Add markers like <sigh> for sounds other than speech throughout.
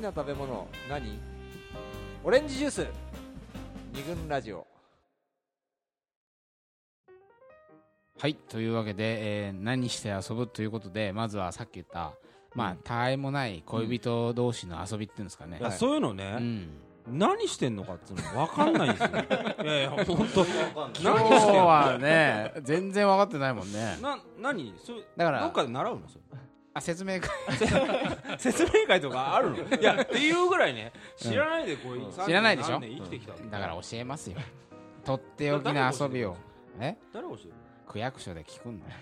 な食べ物何オレンジジュース二軍ラジオはいというわけで、えー何して遊ぶということでまずはさっき言ったまあ他愛もない恋人同士の遊びっていうんですかね、いやそういうのね、うん、何してんのかっつうの分かんない <laughs> んですよいやいや本当何してん今日のはね全然分かってないもんねな何それだからどっかで習うのそあ説明会れ説明会とかあ <laughs> るのいやっていうぐらいね知らないでこう、30知らないでしょ何年生きてきたのだから教えますよとっておきの遊びをえ誰が教える区役所で聞くんだよ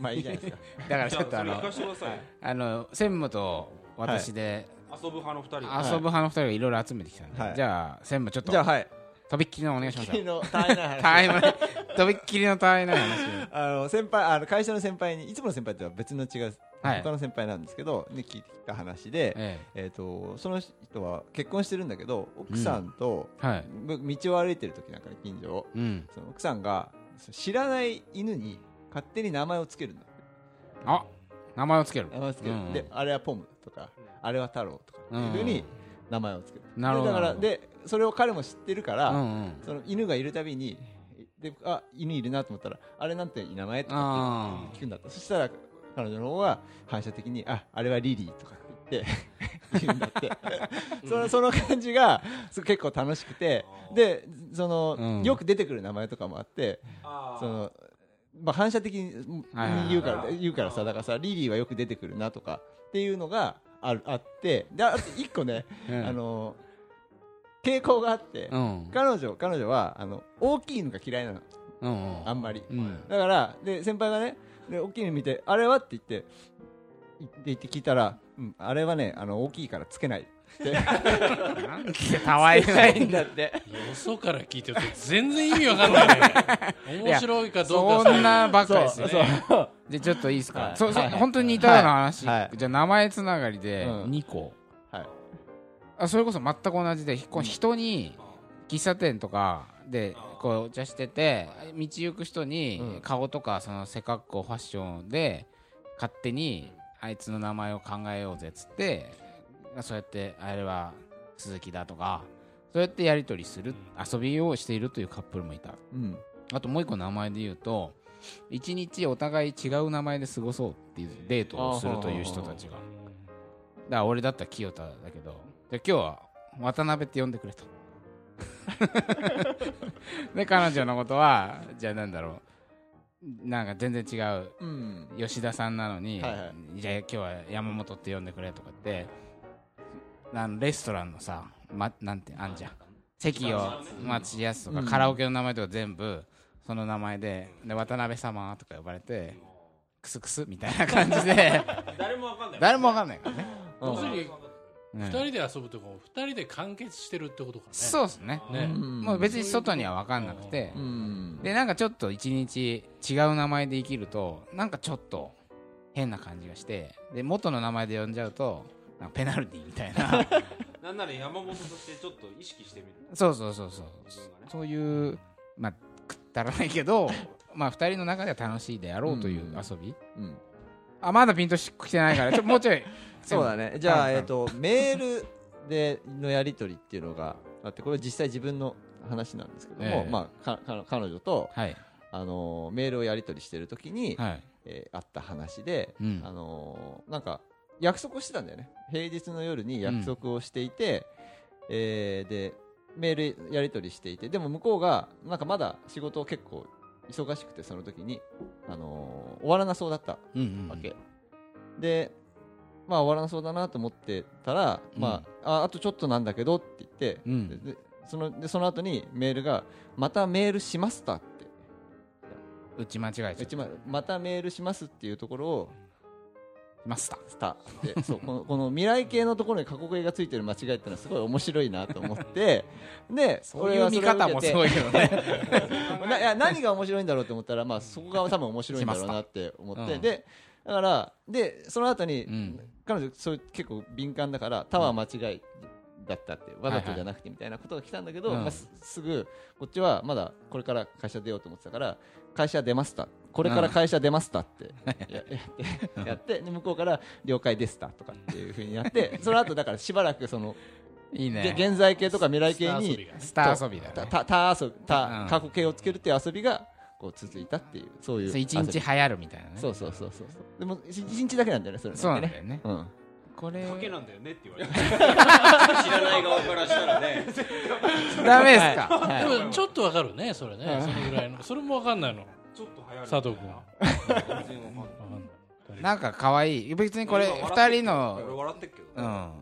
まあいいじゃないですかだかのらちょっとあじゃあのそれ聞かせてくださいよあの専務と私で、遊ぶ派の二人遊ぶ派の2人がいろいろ集めてきたんで、はいじゃあ専務ちょっ <laughs> とじゃあはいとびっきりのお願いしま <laughs> す昨よ日大変な話たわいもないとびっきりのたわいない話をあの先輩あの会社の先輩にいつもの先輩とは別の違う、はい他の先輩なんですけど、ね、聞いてきた話で、ええー、とその人は結婚してるんだけど奥さんと、えはいむ道を歩いてる時なんかに近所をうんその奥さんがその知らない犬に勝手に名前をつけるんだってあ名前をつける名前をつける、うんであれはポムとかあれは太郎とかっていうふうに名前をつける、なるほどでだかならるほどでそれを彼も知ってるから、うんうんその犬がいるたびにであ犬いるなと思ったらあれなんて名前とかあって聞くんだったそしたら彼女の方は反射的にああれはリリーとかって <laughs> 言って言うんだって <laughs> そのその感じがす結構楽しくてでその、うんよく出てくる名前とかもあってあーそのまあ、反射的ににはいはいはい言うから言うからさだからさリリーはよく出てくるなとかっていうのがあるあってでああと一個ね、あうんあの傾向があって、うん彼女彼女はあの大きいのが嫌いなのうんうんあんまり、うんだからで先輩がねで大きいの見てあれはって言って言って言って聞いたら、うん、あれはねあの大きいからつけないってなんてたわいないんだだってよそから聞いてると全然意味わかんないね面白いかどうかはそんなばっかりですそうねそうでちょっといいですか、はいそそはい本当に似たような話、はいはいじゃあ名前つながりでうん2個、はいあそれこそ全く同じでひこう人に喫茶店とかであーこうお茶してて道行く人うにん顔とかその背格好ファッションで勝手にあいつの名前を考えようぜっつってそうやってあれは鈴木だとかそうやってやり取りする遊びをしているというカップルもいたうんあともう一個名前で言うと一日お互い違う名前で過ごそうっていうデートをするという人たちがだから俺だったら清田だけどじゃあ今日は渡辺って呼んで <laughs> くれとで彼女のことはじゃあなんだろうなんか全然違ううん吉田さんなのに、はいはじゃあ今日は山本って呼んでくれとかってあのレストランのさ、ま、なんてあんじゃん席を待ちやすとか、うんカラオケの名前とか全部その名前でで渡辺様とか呼ばれてクスクスみたいな感じ <laughs> で誰もわかんない誰もわかんないからね、要するにうん二人で遊ぶとかも二人で完結してるってことかねそうですね、ねうんもう別に外にはわかんなくて、うんでなんかちょっと一日違う名前で生きるとなんかちょっと変な感じがしてで元の名前で呼んじゃうとなんかペナルティみたいななんなら山本としてちょっと意識してみるそうそうそうそうそういうまあくったらないけどまあ2人の中では楽しいであろうという遊び、うんあまだピンとし来てないからちょっともうちょいそうだね。じゃあ、はいえっと、メールでのやり取りっていうのがあって、これ実際自分の話なんですけども、ええまあ、かか彼女と、はいあのーメールをやり取りしてる時に、はいえーあった話で、うんあのーなんか、約束をしてたんだよね。平日の夜に約束をしていて、えーで、メールやり取りしていて、でも向こうが、なんかまだ仕事を結構忙しくて、その時に、あのー終わらなそうだった。うんうんわけ、でまあ終わらなそうだなと思ってたら、うんまあああとちょっとなんだけどって言って、うんででそのでその後にメールが「またメールしました」って打ち間違えちゃっうちままたメールしますっていうところをマスタ「スタ」ってそうこのこの未来系のところに過去形がついてる間違いってのはすごい面白いなと思ってでそういう見方もすごいいけどね <laughs> ないや何が面白いんだろうと思ったら、まあ、そこが多分面白いんだろうなって思って、しましたうんでだからでその後に、うん彼女そう結構敏感だからタワー間違いだったってわざとじゃなくてみたいなことが来たんだけど、うんまあすすぐこっちはまだこれから会社出ようと思ってたから会社出ましたこれから会社出ました <laughs> ってややってやってで向こうから了解でしたとかっていうふうにやってその後だからしばらくそのいいげ <laughs> ね現在形とか未来形スター遊にびがねスター遊びだたねたた遊びうたん過去形をつけるっていう遊びがこう続いたっていうそういうそう一日流行るみたいなねそうそうそうそうそうでも一一日だけなんだよねそれそうなんねだよねうんこれ賭けなんだよねって言わ <laughs> れて知らない側からしたらねダメですかはいでもちょっとわかるねそれねそのぐらいのそれもわかんないのわちょっと流行る佐藤君全然わかんないかんないなんか可愛い別にこれ二今笑って人の俺笑ってっけうどねん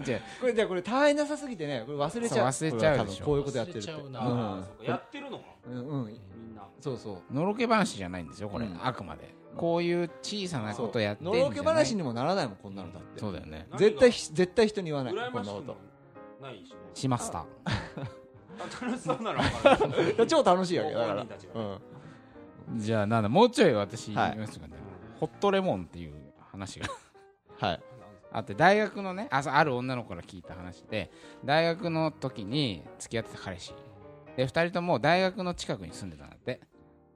<laughs> じゃこれじゃあこれ大変なさすぎてねこれ忘れちゃうそう忘れちゃうでしょこれは多分こういうことやってるって忘れちゃうあーんそうかやってるのかうんうんみんなそうそうのろけ話じゃないんですよこれ、うんあくまでこういう小さなことやってんじのゃないろけ話にもならないもんこんなのだってそうだよね何が絶対ひ絶対人に言わない羨こまんしなくこもとないしねしましたあ楽しそうなの分かるいや <laughs> 超楽しいわけだから本人たちがねうんじゃあなんだもうちょい私はい言いますかねホットレモンっていう話がはいあって大学のねあそうある女の子から聞いた話で大学の時に付き合ってた彼氏で2人とも大学の近くに住んでたんだって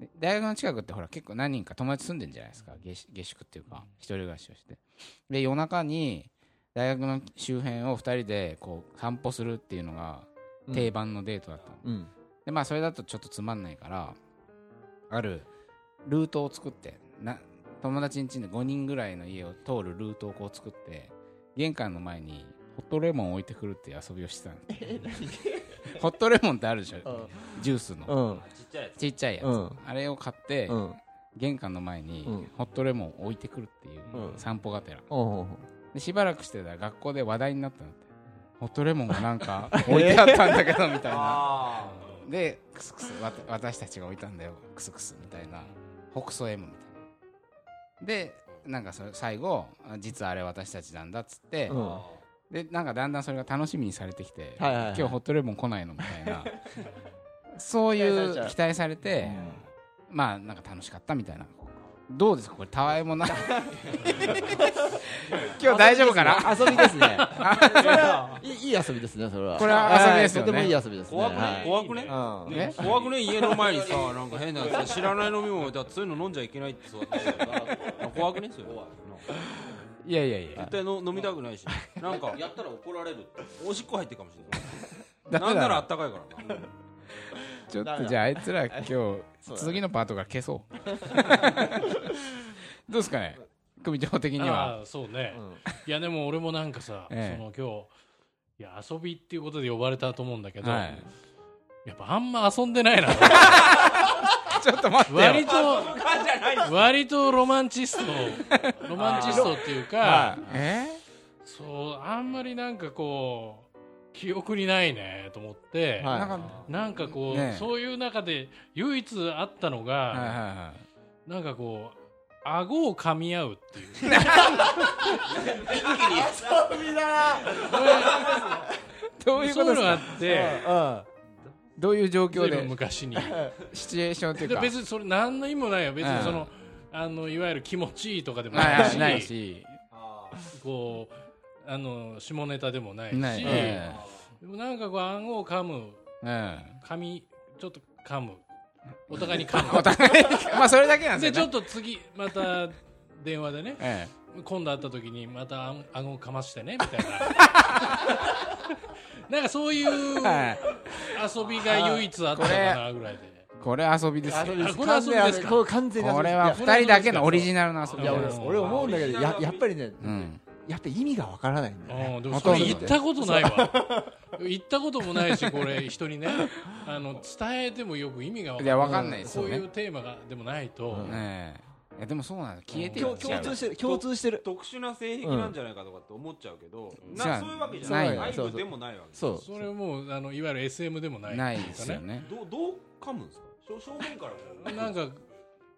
で大学の近くってほら結構何人か友達住んでんじゃないですか下宿下宿っていうか一人暮らしをしてで夜中に大学の周辺を2人でこう散歩するっていうのが定番のデートだったの、うんでまあそれだとちょっとつまんないからあるルートを作ってな友達ん家で5人ぐらいの家を通るルートをこう作って玄関の前にホットレモンを置いてくるっていう遊びをしてたんです <laughs> ホットレモンってあるでしょジュースうのんあちっちゃいやちっちゃいやつ、うんあれを買って、うんうん玄関の前にうんホットレモンを置いてくるっていううん散歩がてらうんでしばらくしてたら学校で話題になったんだってホットレモンがなんか置いてあったんだけどみつたいなあでクスクスわた私たちが置いたんだよクスクスみたいな北総 M みたいなでなんかそれ最後あ実はあれ私たちなんだっつって、うんあでなんかだんだんそれが楽しみにされてきて、はいはいはい今日ホットレモン来ないのみたい <laughs> なそういう期待されちゃう期待されて、まあなんか楽しかったみたいなどうですかこれたわい <laughs> もない今日大丈夫かな遊びですねそれ <laughs> はいいいい遊びですねそれはこれは遊びですよねはいとてもいい遊びですね怖くはねい怖くうねんね怖くね家の前にさなんか変なやつ知らない飲み物置いてあってそういうの飲んじゃいけないって座ってる <laughs> から怖くねそれ絶いやいやいや対の飲みたくないしなんかやったら怒られるおしっこ入ってるかもしれ <laughs> ダないなメんならあだったかいからなちょっとじゃああいつら今日そうだね次のパートから消そうどうですかね組長的にはああそうねうんいやでも俺もなんかさそええの今日いや遊びっていうことで呼ばれたと思うんだけどはやいっぱあんま遊んでないなちょっと待ってよ割と割とロマンチストロマンチストっていうかえそうあんまりなんかこう記憶にないねと思って、はいなんかなんかこう、ねえそういう中で唯一あったのが、はいはいはなんかこう顎を噛み合うっていう <laughs> いどういうこそとでういうのすがあかってうんどういう状況随分で昔 <laughs> にシチュエーションというでか別にそれ何の意味もないよ別にそうんの,、あのいわゆる気持ちいいとかでもはいないはしいないしこうあの下ネタでもないしないえでもなんかこう顎を噛むえうん噛みちょっと噛むお互いに噛むお互いまあそれだけなんでですちょよっねと次また電話でねえ今度会った時にまたあ顎をかましてねみたい <laughs> ななんかそういうえはい遊びが唯一あったかなぐらいでこれ遊びですよ遊びですこれ遊びですかこれ完全に遊びこですれいはや二人だけのオリジナルの遊いびやだ俺よ俺思うんだけどややっぱりねうんやっぱ意味がわからないんだよねうんでもそほれとんど行ったことないわ行ったこともないしこれ人にねあの伝えてもよく意味が分いかやんわかんないですこよういねうテーマがでもないと、ええいやでもそうなの消えて共っちゃ共通うしてる共通してる特殊な性癖なんじゃないかとかって思っちゃうけどじゃなあそういうわけじゃないないアイそうドそうでもないわけそうそれもうあのいわゆる SM でもないないですよねねどうどう噛むんですか正正面からこうなんかこ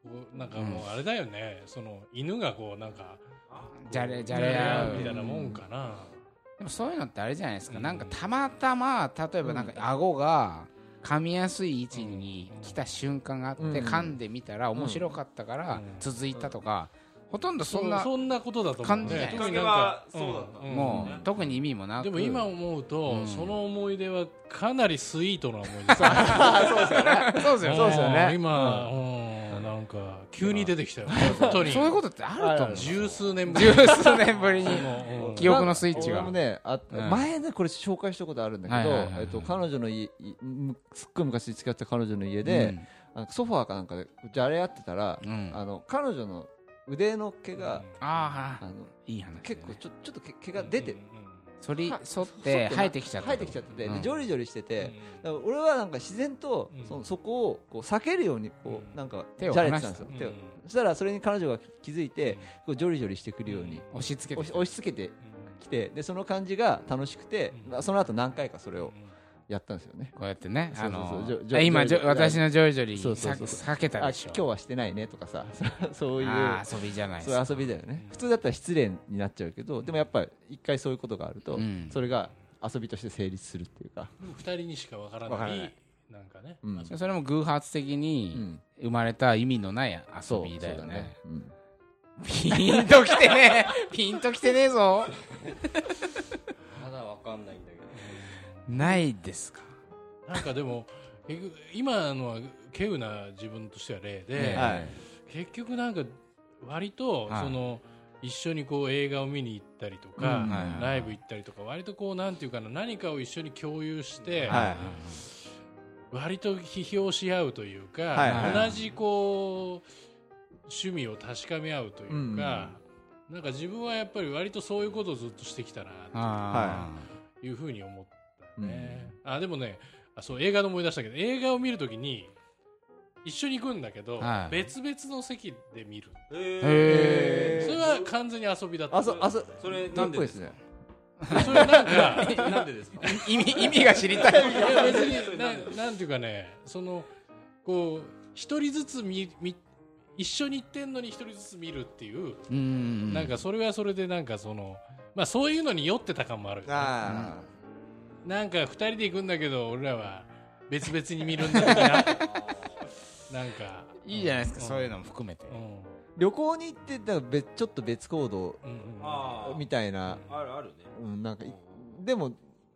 うなんかもうあれだよね、その犬がこうなんかじゃれじゃれ合みたいうなもんかな、でもそういうのってあれじゃないですか、うんなんかたまたま例えばなんか顎が噛みやすい位置に来た瞬間があって、うん噛んでみたら面白かったからうん続いたとか、ほとんどそんなそんなことだと思う感じないね特にきっかけなんはかそうだったんもうんう特に意味もなくでも今思うと、うんその思い出はかなりスイートな思い出さ <laughs> そうですよそうですよね今、うんなんか急に出 <laughs> てきたよ本当にそういうことってあると思う十数年ぶり十数年ぶりにもううん記憶のスイッチ俺がもねあったうん前ねこれ紹介したことあるんだけどはいはいはいはいえっと彼女の家いむすっごい昔付き合ってた彼女の家でなんかソファーかなんかでじゃれ合ってたらうんうんあの彼女の腕の毛があああのいい話だね結構ちょちょっと毛毛が出て反りは反ってな生えてきちゃった生えてきちゃっててうでんジョリジョリしててだうから俺はなんか自然とうんそのそこをこう避けるようにこううんなんかじ手をゃれてたんですよん手をそしたらそれに彼女が気づいてうんこうジョリジョリしてくるように押し付け押てしきた押し付けてきてでその感じが楽しくてうんまあその後何回かそれうんをやったんですよね。こうやってねそうあそうそうのジョジョあ今ジョジョ私のジョリジョリそうそうそう避けたあでし今ょ日はしてないねとかさ <laughs> そういうあー遊びじゃないそういう遊びだよね普通だったら失礼になっちゃうけどでもやっぱり一回そういうことがあるとうんそれが遊びとして成立するっていうか、二人にしかわからわからなないいなんかねうんそれも偶発的に生まれた意味のない遊びだよね,、うんピンときてねえピンときてねえぞまだわかんないんだけどないですかなんかでも結局今のは稀有な自分としては例で、ええはい結局なんか割とはいその一緒にこう映画を見に行ったりとうんか、はいはいライブ行ったりとか割とこうなんていうかな何かを一緒に共有して、は割と批評し合うというか、はいはい同じこう趣味を確かめ合うというか、なんか自分はやっぱり割とそういうことをずっとしてきたなあというふうに思ったね、あでもねあそう映画の思い出したけど映画を見るときに一緒に行くんだけど、はい別々の席で見るーへそれは完全に遊びだったあそあそそれどなっんでこいでいですすねでそれなんかか <laughs> なんでですかー意味意味が知りたいいや別にななんていうかねそのこう一人ずつ見見一緒に行ってんのに一人ずつ見るっていう、うんなんかそれはそれでなんかそのまあそういうのに酔ってた感もあるよねあなんか二人で行くんだけど俺らは別々に見るんだ <laughs> みたいななんかいいじゃないですか、んそういうのも含めて、うん旅行に行ってだから別ちょっと別行動うんあーみたいな、あるあるねうん、なんかいでも、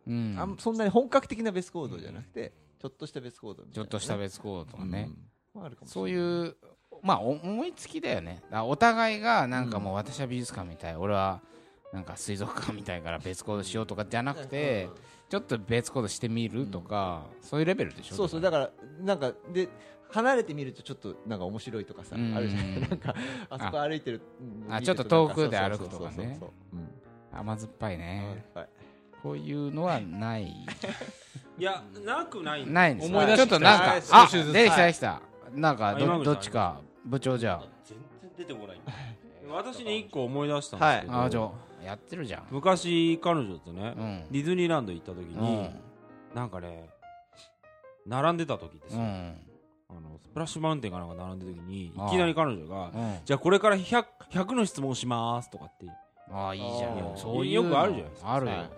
うんあんそんなに本格的な別行動じゃなくてちょっとした別行動みちたいなね、ょっとした別行動とかね、うんまああるかもしれそなういいうまあお思いつきだよねだからお互いがなんかもう私は美術館みたい俺はなんか水族館みたいから別行動しようとかじゃなくて、ちょっと別行動してみるとか、そういうレベルでしょそうそうだからなんかで離れてみるとちょっとなんか面白いとかさ、うんあるじゃないなんかあそこ歩いてるあうんちょっと遠くで歩くとかそうそうねそうそううん甘酸っぱいね、はいこういうのはないいやなくないんだないんですか思い出してきちょったとなんかはいあ少しずつ出てきた出てきたなんかあ今ど口どっちか部長じゃ全然出てこない <laughs> 私ね一個思い出したんですけど、ああじゃあやってるじゃん昔彼女とね、うんディズニーランド行った時に、うんなんかね並んでた時ですうよ、んあのスプラッシュマウンテンかなんか並んでた時にいああきなり彼女がうん「じゃあこれから 100, 100の質問します」とかってああいいじゃあんーそういうよくあるじゃないですかあるよ、はい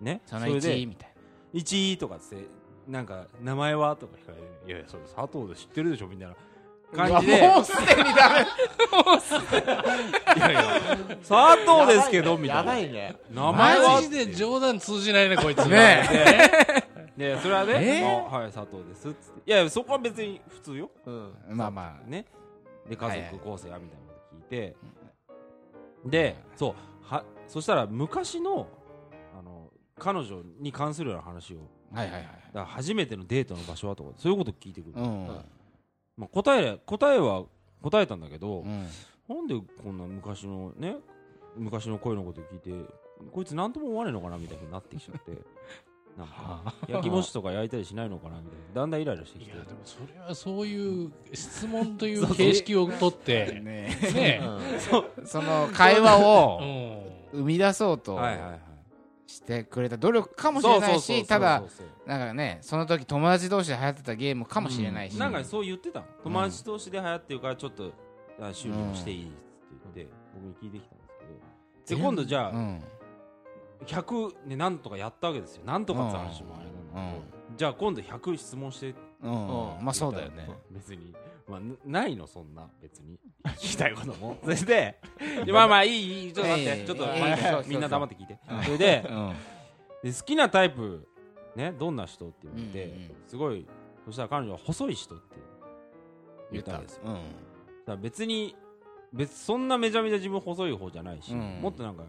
ねそのれ1でみたい「1」とかっつって「なんか名前は?」とか聞かれて「いやいやそれ佐藤で知ってるでしょ」みたいなな感じでもうすでにダメいやいや佐藤ですけどみやたいなばいね名前はマジで冗談通じないねこいつねでそれはえねーあはい佐藤ですっつっていやいやそこは別に普通ようんまあまあねではいはい家族構成はみたいなこと聞いてでそうはそしたら昔のあの彼女に関するような話をはいはいはいだから初めてのデートの場所はとかそういうこと聞いてくる、うんまあ、答え答えは答えたんだけど、うんなんでこんな昔のね昔の恋のこと聞いてこいつ何とも思わねえのかなみたいになってきちゃって <laughs> なんか焼きもちとか焼いたりしないのかなみたいなだんだんイライラしてきいてやでもそれはそういう質問という形式をと <laughs> ってねねえその会話をうん生み出そうとはいはいはいしてくれた努力かもしれないそうそうそうそうしただそうそうなんかねその時友達同士で流行ってたゲームかもしれないしなんかそう言ってたの友達同士で流行ってるからちょっとあ修理をしていいっつって言って僕に聞いてきたんですけどで今度じゃうあん100ねなんとかやったわけですよなんとかって話もあれなんだけどじゃあ今度100質問してうんうんまあそうだよね別にまあ、なないのそんな別に聞きたいことも <laughs> それ <laughs> ででまあまあいいいいちょっと待って、ええちょっとええ待ってそうそうそうみんな黙って聞いてうんそれでうんで好きなタイプねどんな人って言って、うんうんうんすごいそしたら彼女は細い人って言言っったたんんでですすうよんだから別に別そんなめちゃめちゃ自分細い方じゃないし、うんもっとなんか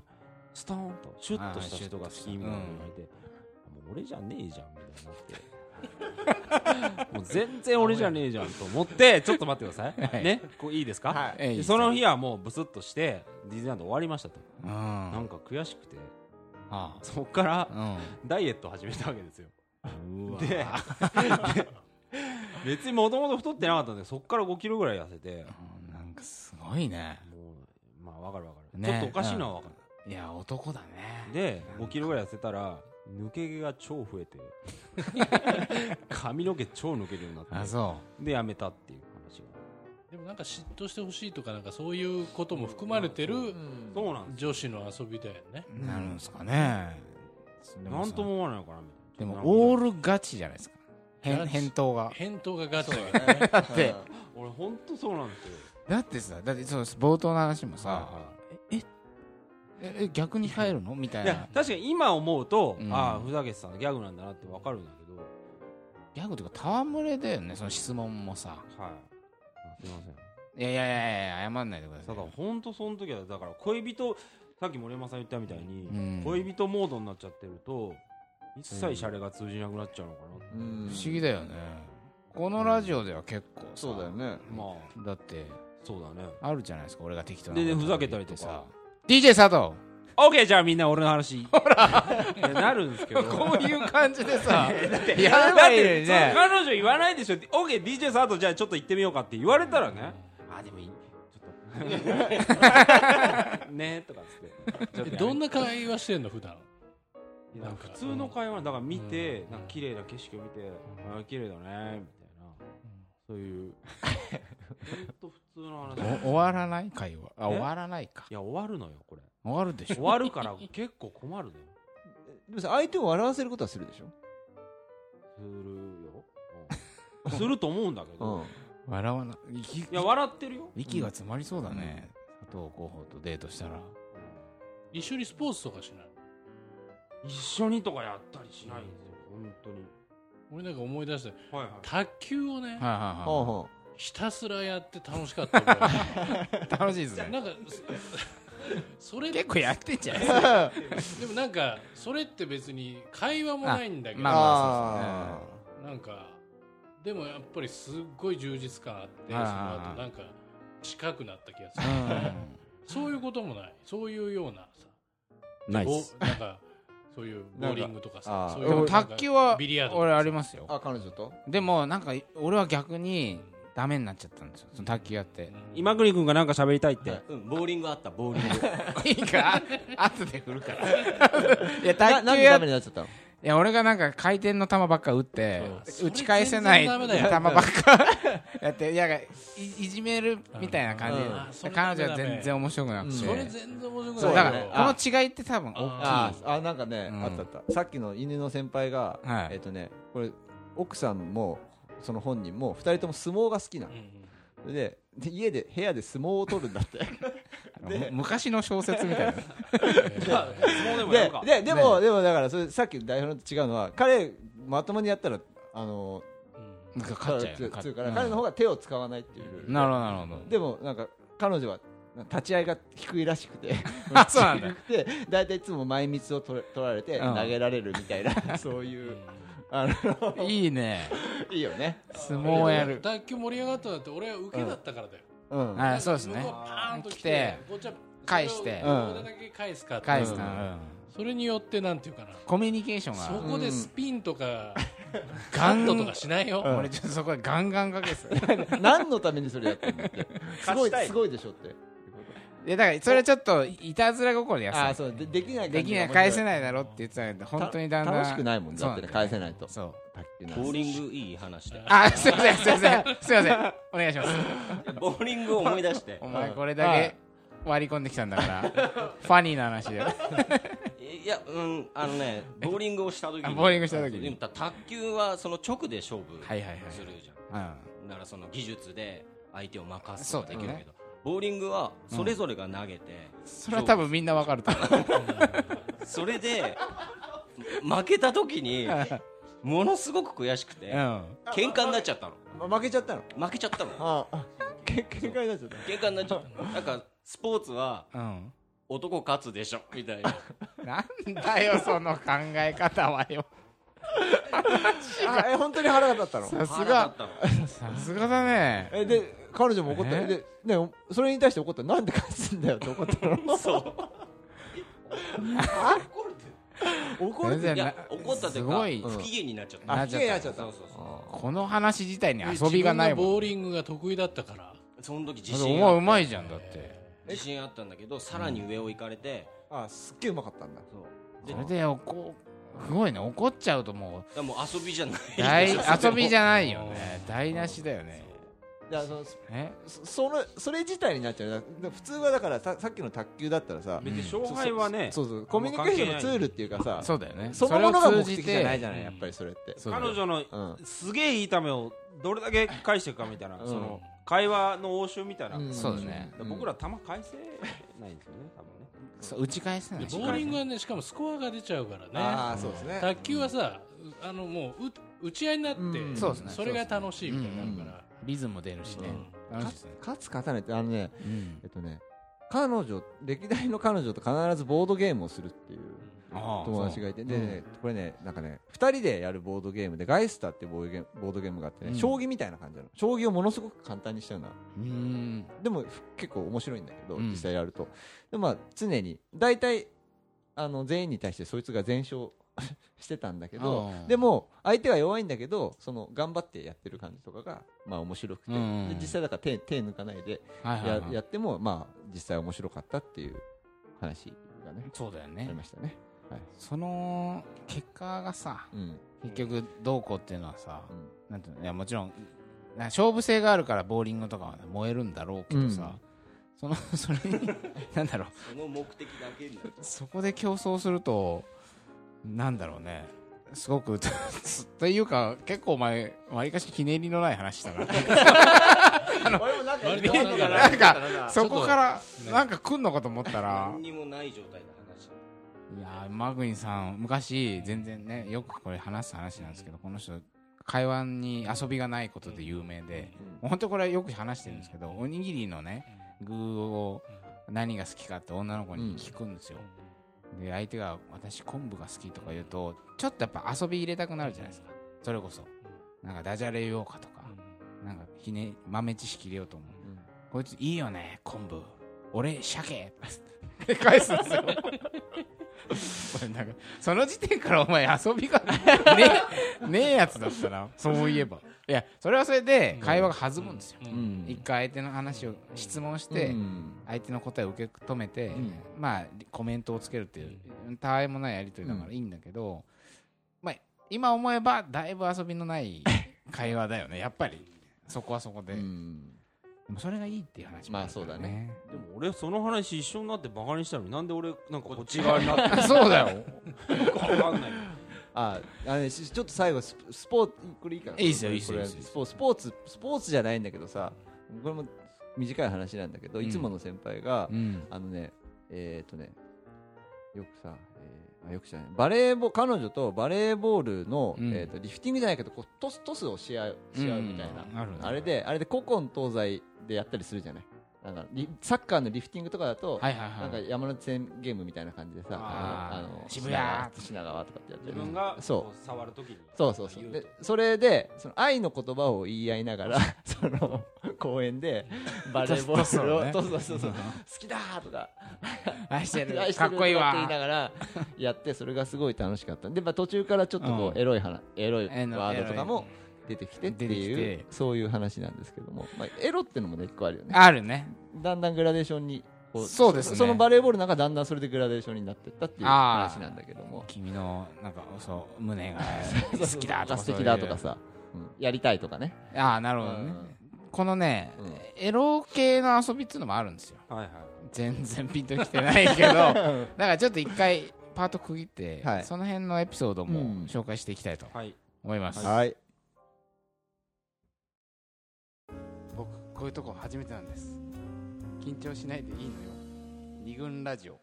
スターンとシュッとした人が好きみたいなの言われて、もう俺じゃねえじゃんみたいに <laughs> なってもう全然俺じゃねえじゃんと思ってちょっと待ってください、はいねこういいですか、はえでいその日はもうブスッとしてディズニーランド終わりましたと、うんなんか悔しくてあそっからあダイエットを始めたわけですようんでで別にもともと太ってなかったんでそっから5キロぐらい痩せてうんなんかすごいねもうまあわかるわかる、ねちょっとおかしいのはわかる、いや男だねで5キロぐらい痩せたら抜け毛が超増えて <laughs> 髪の毛超抜けるようになあってそでやめたっていう話がでもなんか嫉妬してほしいとかなんかそういうことも含まれてるんそうなんです女子の遊びだよねうなるんですかねでなんさとも思わないのかなみでたいなもオルールガチじゃないですかガ返チ返答が返答がガチだよねだっで俺ほんとそうなんですよだってさだってそう冒頭の話もさはいはいええ逆に入るのみたいいやな確かに今思うと、うんああふざけてたのギャグなんだなってわかるんだけどギャグというか戯れだよねその質問もさはいあすいませいんやいやいやいや謝んないでくださたいだ本当その時はだから恋人さっき森山さん言ったみたいに、うん恋人モードになっちゃってると一切シャレが通じなくなっちゃうのかな、うん不思議だよねこのラジオでは結構さそうだよねまあだってそうだねあるじゃないですか俺が適当なでことでをふざけたりとか言ってさ DJ 佐藤 <laughs> OK じゃあみんな俺の話 <laughs> ほらなるんですけ <laughs> どこういう感じでさだやれっばいいのてにそのね彼女言わないでしょ OKDJ サートじゃあちょっと行ってみようかって言われたらね、あでもいい <laughs> ちょっとねとかっつってちょっとやめえどんな会話してんの普段いや普通の会話だから見て、なんか綺麗な景色を見て、ああ綺麗だねみたいな、そう <laughs> いうほんと普通の話いお終わらない会話あえ終わらないかや終わるのよこれ終わるでし終ょわるから結構困るのよでもさ相手を笑わせることはするでしょするよ、うんすると思うんだけど、う笑わない息いや笑ってるよ息が詰まりそうだね佐藤候補とデートしたら一緒にスポーツとかしない一緒にとかやったりしないんですよ本当に俺なんか思い出してはいはい卓球をねはいんはいほうはほひたすらやって楽しかった覚 <laughs> えい楽しいですがあるね <laughs> なんかそそれ結で構やってんじゃないもなんかそれって別に会話もないんだけど、あまあなんかでもやっぱりすっごい充実感あってそのはいはいはい後なんか近くなった気がすうるんそういうこともないそういうようなさナボなんかそ <laughs> ういうボーリングとかなんさかそういでうも卓球はビリヤードとか俺ありますよああ彼女とでもなんか俺は逆にダメになっちゃったんですよその卓球やって今国君がなんか喋りたいって、はいうん、ボーリングあった、ボーリング。 <laughs> いいか後で振るからいなや卓なん球でダやっメいになっちゃったのや俺がなんか回転の球ばっか打ってそう打ち返せないそ球れば全っ然ダメだよか <laughs> やっていやいいじめるみたいな感うんあそじでれ彼ダメ女だねは全然面白くなくうんてそれ全然面白くそなういだよかねらこの違いって多分大ああーあなんかね、うんあったあったさっきの犬の先輩が、はいえっ、とねこれ奥さんもその本人も2人とも相撲が好きなのうんうんそれでで家で部屋で相撲を取るんだってきいむ昔の小説みたいな相撲でもやるでかででも、でもだからそれさっきの代表のと違うのは彼まともにやったらあのうんなんか勝っちゃうよつつうから、勝っ彼の方が手を使わないっていうルールなるほどなるほどでもなんか彼女は立ち合いが低いらしくて <laughs> あそうなんだ <laughs> で大体いつも前蜜を取れ取られてうん投げられるみたいな、 <laughs> そういう <laughs> あのいいねいいよね相撲をやる卓球盛り上がったのだって俺は受けだったからだようんあそうです向ねこパーンと来て来てこっちは返してそれをどれだけ返すかっていう返すな、うんそれによってなんていうかなコミュニケーションそがこでスピンとかカガッントとかしないよ俺ちょっとそこはガンガンかけてたい何のためにそれやってんだ <laughs> ってすごいたいすごいでしょってやだからそれちょっといたずら心でやってあたあそうでできないできない返せいないだろって言ってたんだけど本当にだんだん楽しくないもんだそうってねん返せないとそう卓球なんてボーリングいい話だよ。あすいませんすいませんすいませんお願いしますボーリングを思い出してお。前これだけ割り込んできたんだからファニーな話でいや、うん、あのね、ボーリングをした時あに。ボーリングした時にでも卓球はその直で勝負はいはいはいするじゃん。うんだからその技術で相手を任すことができそるうだけど、ボーリングはそれぞれが投げて、それは多分みんなわかると思うそれで負けた時にものすごく悔しくて、うん喧嘩になっちゃったのま負けちゃったの負けちゃったのああけ喧嘩になっちゃっ <laughs> 喧嘩になっちゃったのなんかスポーツはうん男勝つでしょみたいななんだよその考え方はよたあえ本当に腹が立ったのさす腹が立ったのさすがだねえで彼女も怒ったえよで、ね、おそれに対して怒ったなんで勝つんだよって怒った <laughs> のそう怒る全って然いやな怒ったといすうごかい不機嫌になっちゃったあ不機嫌になっちゃったそうそうそうこの話自体に遊びがない自分ボもーんリングが得意だったからその時自だってお信前あうっまいじゃんだって自信あったんだけどさらに上を行かれて、ああすっげえうまかったんだそうでそれで怒すごいね怒っちゃうともだからもう遊びじゃないう大遊びじゃないよね台無しだよねいやそのえそそのそれ自体になっちゃうだだ普通はだからささっきの卓球だったらさ別に勝敗はねそうそうコミュニケーションのツールっていうかさそうだよねそのものがれを目通じ的てじゃないじゃないやっぱりそれってそうだよ彼女のうんすげえいいためをどれだけ返していくかみたいな、うんその会話の応酬みたいな、んそうだねうん僕ら球返せないんですよね多分ねそう打ち返せなでいボーリングはねしかもスコアが出ちゃうからねああそうですね卓球はさ、あのもう打打ち合いになって、うんそうですねそれが楽しいみたいになるから、リズムも出るしね楽しい勝でつすね勝つ勝たないってあのねうんえっとね彼女歴代の彼女と必ずボードゲームをするっていうああ友達がいてそうでねこれねなんかね2人でやるボードゲームでガイスターっていうボードゲームボードゲームがあってうんね将棋みたいな感じなの将棋をものすごく簡単にしたようなうんでもふ結構面白いんだけどうん実際やるとでまあ常に大体あの全員に対してそいつが全勝 <laughs> してたんだけどああでも相手は弱いんだけどその頑張ってやってる感じとかがまあ面白くてうんうんうんで実際だから手手抜かないではいはいやはいやってもまあ実際面白かったっていう話がねそうだよありねましたねはいその結果がさうん結局どうこうっていうのはさうんなんていうのいやもちろんな勝負性があるからボーリングとかはね燃えるんだろうけどさその <laughs> それになんだろうその目的だけになるそこで競争するとなんだろうねすごくつというか結構お前わりかしひねりのない話だから <laughs> 俺もなんか割となんかなんかちょっそとこからねなんか来んのかと思ったら何にもない状態で話していやーマグインさん昔全然ねよくこれ話す話なんですけどこの人会話に遊びがないことで有名で本当これはよく話してるんですけどおにぎりのね具を何が好きかって女の子に聞くんですよで相手が「私昆布が好き」とか言うとちょっとやっぱ遊び入れたくなるじゃないですかそれこそなんかダジャレ言おうかとかなんかひね豆知識入れようと思うこいついいよね昆布俺鮭って返すんですよこれなんかその時点からお前遊び <laughs> がねねえやつだったなそういえばいやそれはそれで会話が弾むんですよ、ううん一回相手の話を質問して、うん相手の答えを受け止めて、んまあコメントをつけるっていうたわいもないやり取りだからいいんだけど、まあ今思えばだいぶ遊びのない会話だよねやっ <laughs> ぱりそこはそこで、うんでもそれがいいっていう話もあるからね。でも俺その話一緒になってバカにしたのになんで俺なんかこっち側になってる <laughs> そうだ <laughs> よ。のか分かんないああのねしちょっと最後スポスポーツこれいいかないいっすよこれいいっすよこれいいっすよスポスポーツスポーツじゃないんだけどさこれも短い話なんだけど、うんいつもの先輩が、うん。あのねえっ、とねよくさ、えーあよくじゃないバレーボ彼女とバレーボールの、うんえー、とリフティングじゃないけどこうトストスをし合うし合うみたいな、うんあるねあれであれで古今東西でやったりするじゃないなんかリサッカーのリフティングとかだと、はいはいなんはかい。山手線ゲームみたいな感じでさあーあのあの渋谷品川とかってやって自る分がそうこう触るときにそうそうそうでそれでその愛の言葉を言い合いながら <laughs> その公園でバレーボールをトそうそうそうそう好きだーとか愛して <laughs> る愛。してかるっこいいとかって言いなわ。がらやってそれがすごい楽しかったで、まあ、途中からちょっとこうんうエロい話、エロいワえのードとかエロも出てきてってい出うてきてそういう話なんですけども、まあ、エロってのもね一個あるよねあるね。だんだんグラデーションにこそうですねそのバレーボールなんかだんだんそれでグラデーションになってったっていうあー話なんだけども君のなんかそう胸が <laughs> 好きだとか素そういう敵だとか。さ、うんやりたいとかねああなるほどね。このねうんエロ系の遊びっていうのもあるんですよ。はいはい全然ピンときてない <laughs> けどだからちょっと一回パート区切って、はいその辺のエピソードうんも紹介していきたいとはい思います、はい僕こういうとこ初めてなんです緊張しないでいいのよ二軍ラジオ